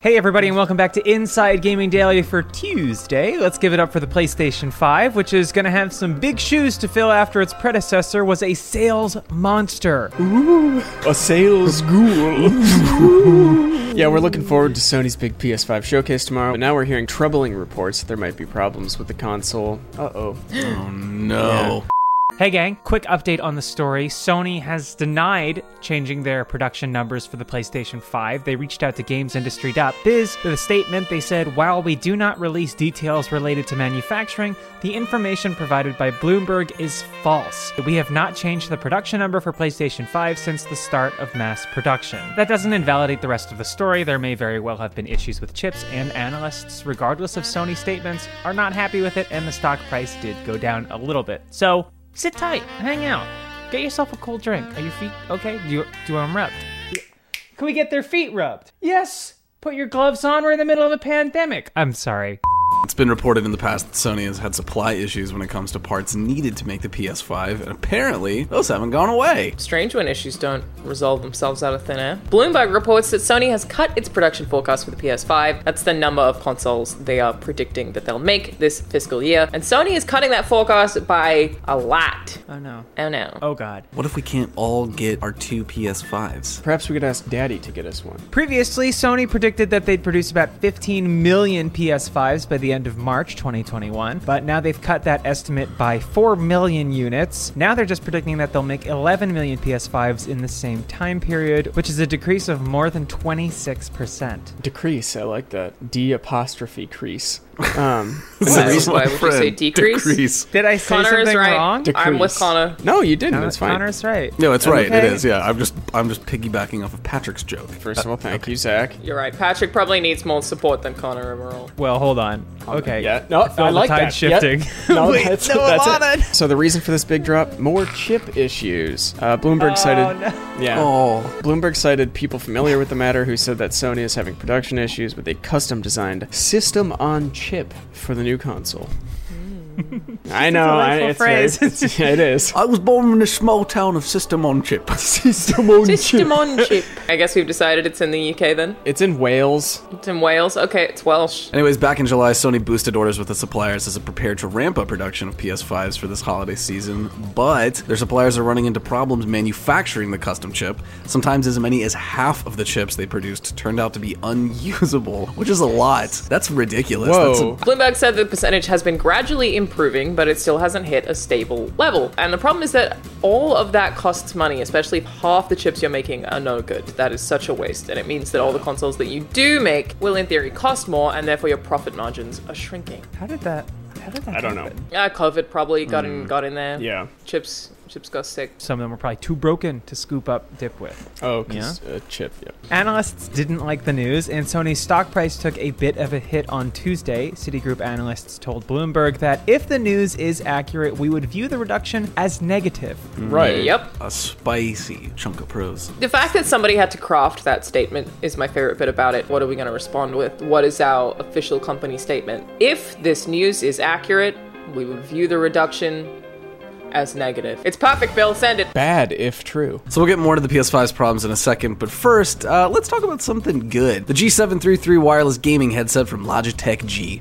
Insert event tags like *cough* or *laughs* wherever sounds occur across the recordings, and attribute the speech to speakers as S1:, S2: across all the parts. S1: Hey, everybody, and welcome back to Inside Gaming Daily for Tuesday. Let's give it up for the PlayStation 5, which is going to have some big shoes to fill after its predecessor was a sales monster.
S2: A sales
S3: *laughs*
S2: ghoul. yeah, we're looking forward to Sony's big PS5 showcase tomorrow, but now we're hearing troubling reports that there might be problems with the console. Uh oh.
S3: No.
S1: Hey, gang, quick update on the story. Sony has denied changing their production numbers for the PlayStation 5. They reached out to GamesIndustry.biz with a statement. They said, While we do not release details related to manufacturing, the information provided by Bloomberg is false. We have not changed the production number for PlayStation 5 since the start of mass production. That doesn't invalidate the rest of the story. There may very well have been issues with chips, and analysts, regardless of Sony's statements, are not happy with it, and the stock price did go down a little bit. So, Sit tight, hang out, get yourself a cool drink. Are your feet okay? Do you do you want them rubbed? Can we get their feet rubbed? Yes. Put your gloves on. We're in the middle of a pandemic. I'm sorry.
S3: It's been reported in the past that Sony has had supply issues when it comes to parts needed to make the PS5, and apparently those haven't gone away.
S4: Strange when issues don't resolve themselves out of thin air. Bloomberg reports that Sony has cut its production forecast for the PS5. That's the number of consoles they are predicting that they'll make this fiscal year. And Sony is cutting that forecast by a lot.
S1: Oh no.
S4: Oh no.
S1: Oh god.
S3: What if we can't all get our two PS5s?
S2: Perhaps we could ask Daddy to get us one.
S1: Previously, Sony predicted that they'd produce about 15 million PS5s by the end of March 2021, but now they've cut that estimate by 4 million units. Now they're just predicting that they'll make 11 million PS5s in the same time period, which is a decrease of more than 26%.
S2: Decrease, I like that. D apostrophe crease. Um,
S3: This
S4: Why-
S3: *laughs* is
S4: why
S3: my
S4: would you say
S3: friend.
S4: decrease?
S1: Did I say
S4: Connor is
S1: something
S4: right.
S1: wrong?
S2: Dec-
S4: I'm with
S2: Decrease.
S4: Connor.
S2: no, you didn't.
S1: Con-
S2: It's fine.
S1: Connor's right.
S3: No, it's right.
S2: Okay.
S3: It is. Yeah, I'm just I'm just piggybacking off of Patrick's joke.
S2: First of all, thank you, Zach.
S4: You're right. Patrick probably needs more support than Connor overall.
S1: Well, hold on. Okay.
S2: Yeah, no,
S1: feel
S2: I
S1: the
S2: like
S1: tide
S2: that.
S1: shifting.
S2: *laughs* Yep. No,
S1: Wait,
S2: that's,
S1: no,
S2: that's
S1: I'm
S2: it. So the reason for this big drop: more chip issues. Uh, Bloomberg cited,
S1: no.
S2: yeah,
S3: Oh,
S2: Bloomberg cited people familiar with the matter who said that Sony is having production issues with a custom designed system on chip for the new console. Hmm. I know, I,
S1: delightful
S2: it's very-
S1: phrase.
S2: *laughs* yeah, it is.
S3: I was born in a small town of system on *laughs* chip.
S2: System on
S4: System on chip. I guess we've decided it's in the UK then.
S2: It's in Wales.
S4: It's in Wales. Okay, it's Welsh.
S3: Anyways, back in July, Sony boosted orders with the suppliers as it prepared to ramp up production of PS5s for this holiday season, but their suppliers are running into problems manufacturing the custom chip. Sometimes as many as half of the chips they produced turned out to be unusable, which is a lot. That's ridiculous. That's
S2: Whoa.
S3: a-
S4: Bloomberg said the percentage has been gradually improving, but it still hasn't hit a stable level. And the problem is that all of that costs money, especially if half the chips you're making are no good. That is such a waste, and it means that all the consoles that you do make will, in theory, cost more, and therefore your profit margins are shrinking.
S1: How did that? How did that?
S2: I don't know.
S4: Uh, COVID probably got in got in there.
S2: Mm. Yeah.
S4: chips chips got sick.
S1: Some of them were probably too broken to scoop up dip with.
S2: Oh, 'cause, uh, chip. Yeah.
S1: Analysts didn't like the news, and Sony's stock price took a bit of a hit on Tuesday. Citigroup analysts told Bloomberg that if the news is accurate, we would view the reduction as negative.
S2: Right.
S4: Yep.
S3: a spicy chunk of pros.
S4: The fact that somebody had to craft that statement is my favorite bit about it. What are we going to respond with? What is our official company statement? If this news is accurate, we would view the reduction as negative. It's perfect, Bill. Send it.
S2: Bad if true.
S3: So we'll get more to the PS5's problems in a second, but first, uh, let's talk about something good. The G733 wireless gaming headset from Logitech G.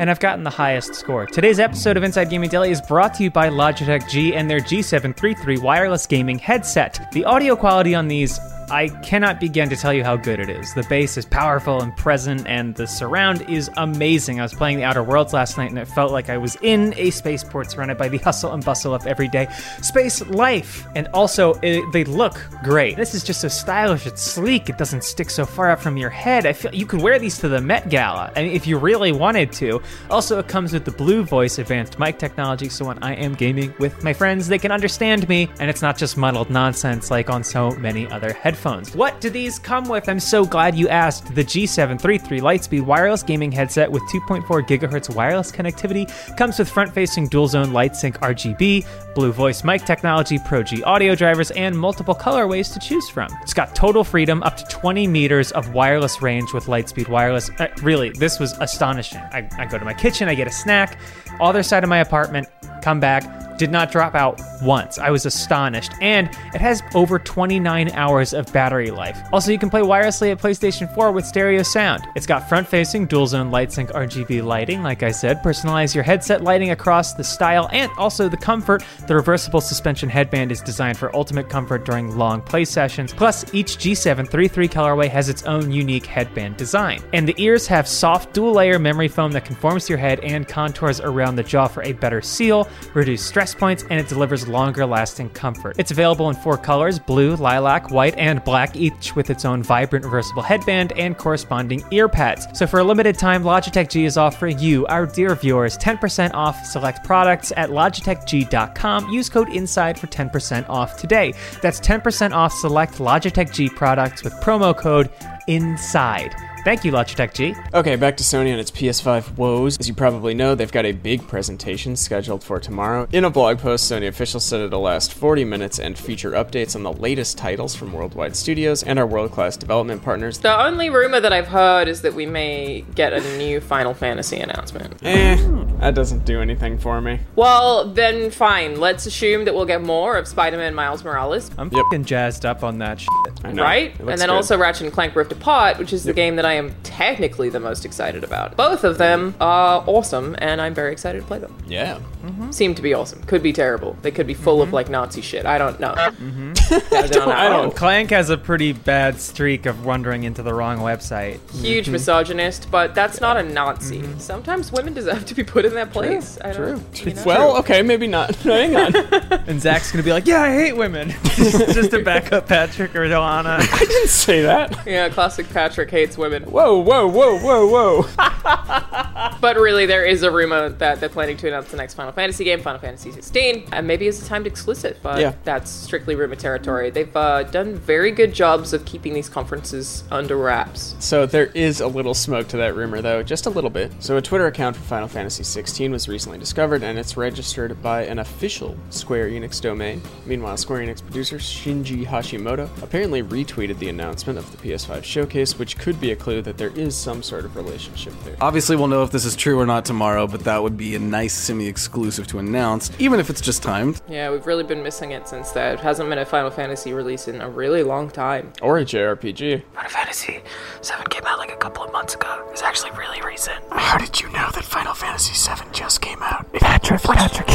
S1: and I've gotten the highest score. Today's episode of Inside Gaming Daily is brought to you by Logitech G and their G733 wireless gaming headset. The audio quality on these, I cannot begin to tell you how good it is. The bass is powerful and present, and the surround is amazing. I was playing The Outer Worlds last night, and it felt like I was in a spaceport surrounded by the hustle and bustle of everyday space life. And also, it, they look great. This is just so stylish. It's sleek. It doesn't stick so far out from your head. I feel you could wear these to the Met Gala, I mean, if you really wanted to. Also, it comes with the Blue Voice advanced mic technology, so when I am gaming with my friends, they can understand me, and it's not just muddled nonsense like on so many other headphones. What do these come with? I'm so glad you asked. The G733 Lightspeed wireless gaming headset with 2.4 gigahertz wireless connectivity comes with front-facing dual-zone LightSync RGB, Blue Voice mic technology, Pro G audio drivers, and multiple colorways to choose from. It's got total freedom, up to 20 meters of wireless range with Lightspeed Wireless. Uh, really, this was astonishing. I, I go to my kitchen, I get a snack, other side of my apartment, come back, did not drop out once. I was astonished. And it has over 29 hours of battery life. Also, you can play wirelessly at PlayStation 4 with stereo sound. It's got front facing dual zone light sync RGB lighting, like I said. Personalize your headset lighting across the style and also the comfort. The reversible suspension headband is designed for ultimate comfort during long play sessions. Plus, each G733 colorway has its own unique headband design. And the ears have soft dual layer memory foam that conforms to your head and contours around the jaw for a better seal, reduced stress points, and it delivers longer lasting comfort. It's available in four colors blue, lilac, white, and black, each with its own vibrant reversible headband and corresponding ear pads. So for a limited time, Logitech G is offering you, our dear viewers, 10% off select products at logitechg.com. Use code INSIDE for 10% off today. That's 10% off select Logitech G products with promo code INSIDE. Thank you, Logitech G.
S2: Okay, back to Sony and its PS5 woes. As you probably know, they've got a big presentation scheduled for tomorrow. In a blog post, Sony officials said it'll last 40 minutes and feature updates on the latest titles from worldwide studios and our world class development partners.
S4: The only rumor that I've heard is that we may get a new Final Fantasy announcement.
S2: Eh, that doesn't do anything for me.
S4: Well, then fine. Let's assume that we'll get more of Spider-Man Miles Morales,
S1: I'm
S2: Yep.
S1: fing jazzed up on that shit.
S2: I know,
S4: right?
S2: it
S4: And
S2: looks
S4: then
S2: good.
S4: also Ratchet and Clank Rift Apart, which is the game that I am technically the most excited about. Both of them are awesome, and I'm very excited to play them.
S2: Yeah.
S4: Seem to be awesome. Could be terrible. They could be full of like Nazi shit. I don't know. *laughs* I don't know.
S2: I don't-
S1: Clank has a pretty bad streak of wandering into the wrong website.
S4: Huge misogynist, but that's not a Nazi. Sometimes women deserve to be put in their place. I don't,
S2: True.
S4: you know?
S2: Well, okay, maybe not. *laughs* Hang on. I
S1: And Zach's gonna be like, "Yeah, I hate women," *laughs* just to back up Patrick or *laughs* Joanna.
S2: didn't say that.
S4: Yeah, classic Patrick hates women.
S2: Whoa, whoa, whoa, whoa, whoa.
S4: But really, there is a rumor that they're planning to announce the next Final Fantasy game, Final Fantasy 16, and maybe it's a timed exclusive. But
S2: Yeah.
S4: that's strictly rumor territory. They've uh, done very good jobs of keeping these conferences under wraps.
S2: So there is a little smoke to that rumor, though, just a little bit. So a Twitter account for Final Fantasy XVI was recently discovered, and it's registered by an official Square Enix domain. Meanwhile, Square Enix producer Shinji Hashimoto apparently retweeted the announcement of the PS5 showcase, which could be a clue that there is some sort of relationship there.
S3: Obviously, we'll know if this is true or not tomorrow, but that would be a nice semi exclusive to announce, even if it's just timed.
S4: Yeah, we've really been missing it since there hasn't been a Final Fantasy release in a really long time.
S2: Or a JRPG.
S5: Final Fantasy 7 came out like a couple of months ago. It's actually really recent.
S6: How did you know that Final Fantasy VII just came out?
S5: Patrick, Patrick,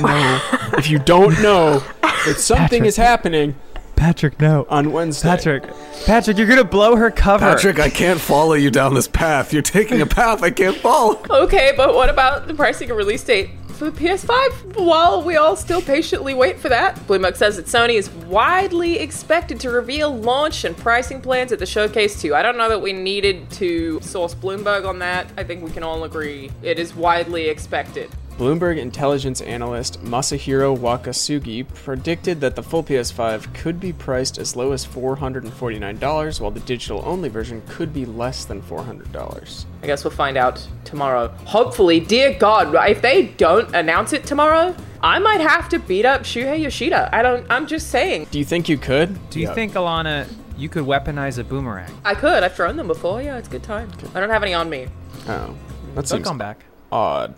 S2: No. if you don't *laughs* know that something is happening
S1: Patrick, no.
S2: on Wednesday.
S1: Patrick, Patrick, you're gonna blow her cover.
S3: Patrick, I can't follow you down this path. You're taking a path I can't follow.
S4: Okay, but what about the pricing and release date for the PS5? While we all still patiently wait for that, Bloomberg says that Sony is widely expected to reveal launch and pricing plans at the showcase too. I don't know that we needed to source Bloomberg on that. I think we can all agree it is widely expected.
S2: Bloomberg intelligence analyst Masahiro Wakasugi predicted that the full PS5 could be priced as low as $449, while the digital only version could be less than $400.
S4: I guess we'll find out tomorrow. Hopefully, dear God, if they don't announce it tomorrow, I might have to beat up Shuhei Yoshida. I don't. I'm just saying.
S2: Do you think you could?
S1: do you think Alana, you could weaponize a boomerang?
S4: I could. I've thrown them before. Yeah, it's a good time. I don't have any on me.
S2: Oh, that
S1: They'll
S2: seems
S1: come back.
S2: odd.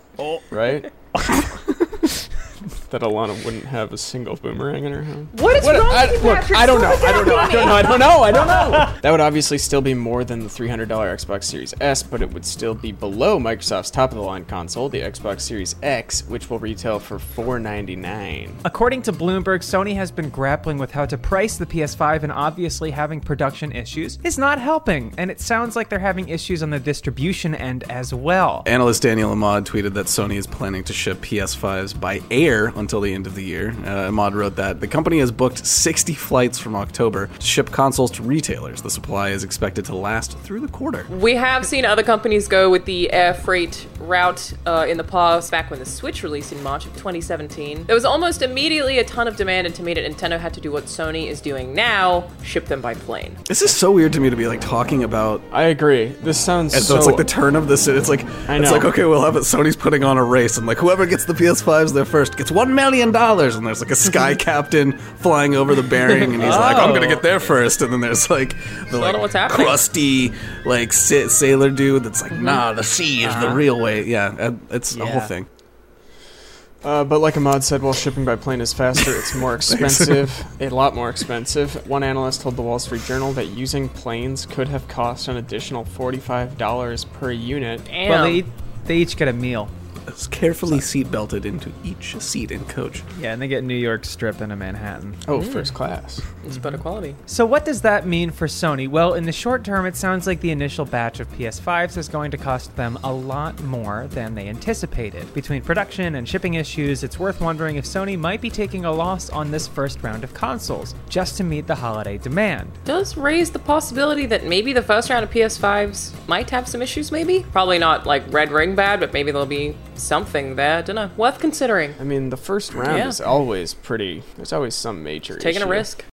S2: Right? *laughs* that Alana wouldn't have a single boomerang in her home.
S4: What is
S2: What-
S4: wrong
S2: I,
S4: with you,
S2: look,
S4: Patrick?
S2: I don't know.
S4: Stop
S2: I don't know. I
S4: attacking
S2: don't know.
S4: me.
S2: I don't know. I don't
S4: *laughs*
S2: know. that would obviously still be more than the $300 Xbox Series S, but it would still be below Microsoft's top of the line console, the Xbox Series X, which will retail for $499. *laughs*
S1: According to Bloomberg, Sony has been grappling with how to price the PS5 and obviously having production issues is not helping, and it sounds like they're having issues on the distribution end as well.
S3: Analyst Daniel Ahmad tweeted that Sony is planning to ship PS5s by air until the end of the year. Uh, Ahmad wrote that the company has booked 60 flights from October to ship consoles to retailers. The supply is expected to last through the quarter.
S4: We have seen other companies go with the air freight route uh, in the past. Back when the Switch released in March of 2017, there was almost immediately a ton of demand, and to meet it, Nintendo had to do what Sony is doing now: ship them by plane.
S3: This is so weird to me to be like talking about.
S2: I agree. This sounds
S3: And so,
S2: so.
S3: it's like the turn of this. It's like
S2: I
S3: it's
S2: know.
S3: like okay, we'll have it. Sony's putting on a race, and like whoever gets the PS5s there first gets one million dollars. And there's like a
S2: *laughs*
S3: sky captain flying over the bearing, and he's like, "I'm gonna get
S2: Oh.
S3: there first. And then there's like the
S4: don't
S3: like
S4: know what's happening.
S3: crusty like sa-
S2: Mm-hmm.
S3: sailor
S2: Uh-huh.
S3: dude that's like, "Nah, the sea is the real way." Yeah, uh, it's a whole
S1: Yeah.
S3: thing.
S2: Uh, but like Ahmad said, while shipping by plane is faster, it's more expensive, a lot more expensive. One analyst told the Wall Street Journal that using planes could have cost an additional forty-five dollars per unit.
S4: Damn.
S1: Well, they, they each get a meal.
S3: It's carefully seat belted into each seat in coach.
S1: Yeah, and they get New York strip and a Manhattan.
S2: Oh,
S4: Mm.
S2: first class.
S4: it's
S1: Mhm.
S4: better quality.
S1: So, what does that mean for Sony? Well, in the short term, it sounds like the initial batch of PS5s is going to cost them a lot more than they anticipated. Between production and shipping issues, it's worth wondering if Sony might be taking a loss on this first round of consoles just to meet the holiday demand.
S4: does raise the possibility that maybe the first round of PS5s might have some issues, maybe? Probably not like Red Ring bad, but maybe there'll be something there. Dunno. Worth considering.
S2: I mean, the first round
S4: Yeah.
S2: is always pretty. There's always some major
S4: Taking a
S2: issue.
S4: risk.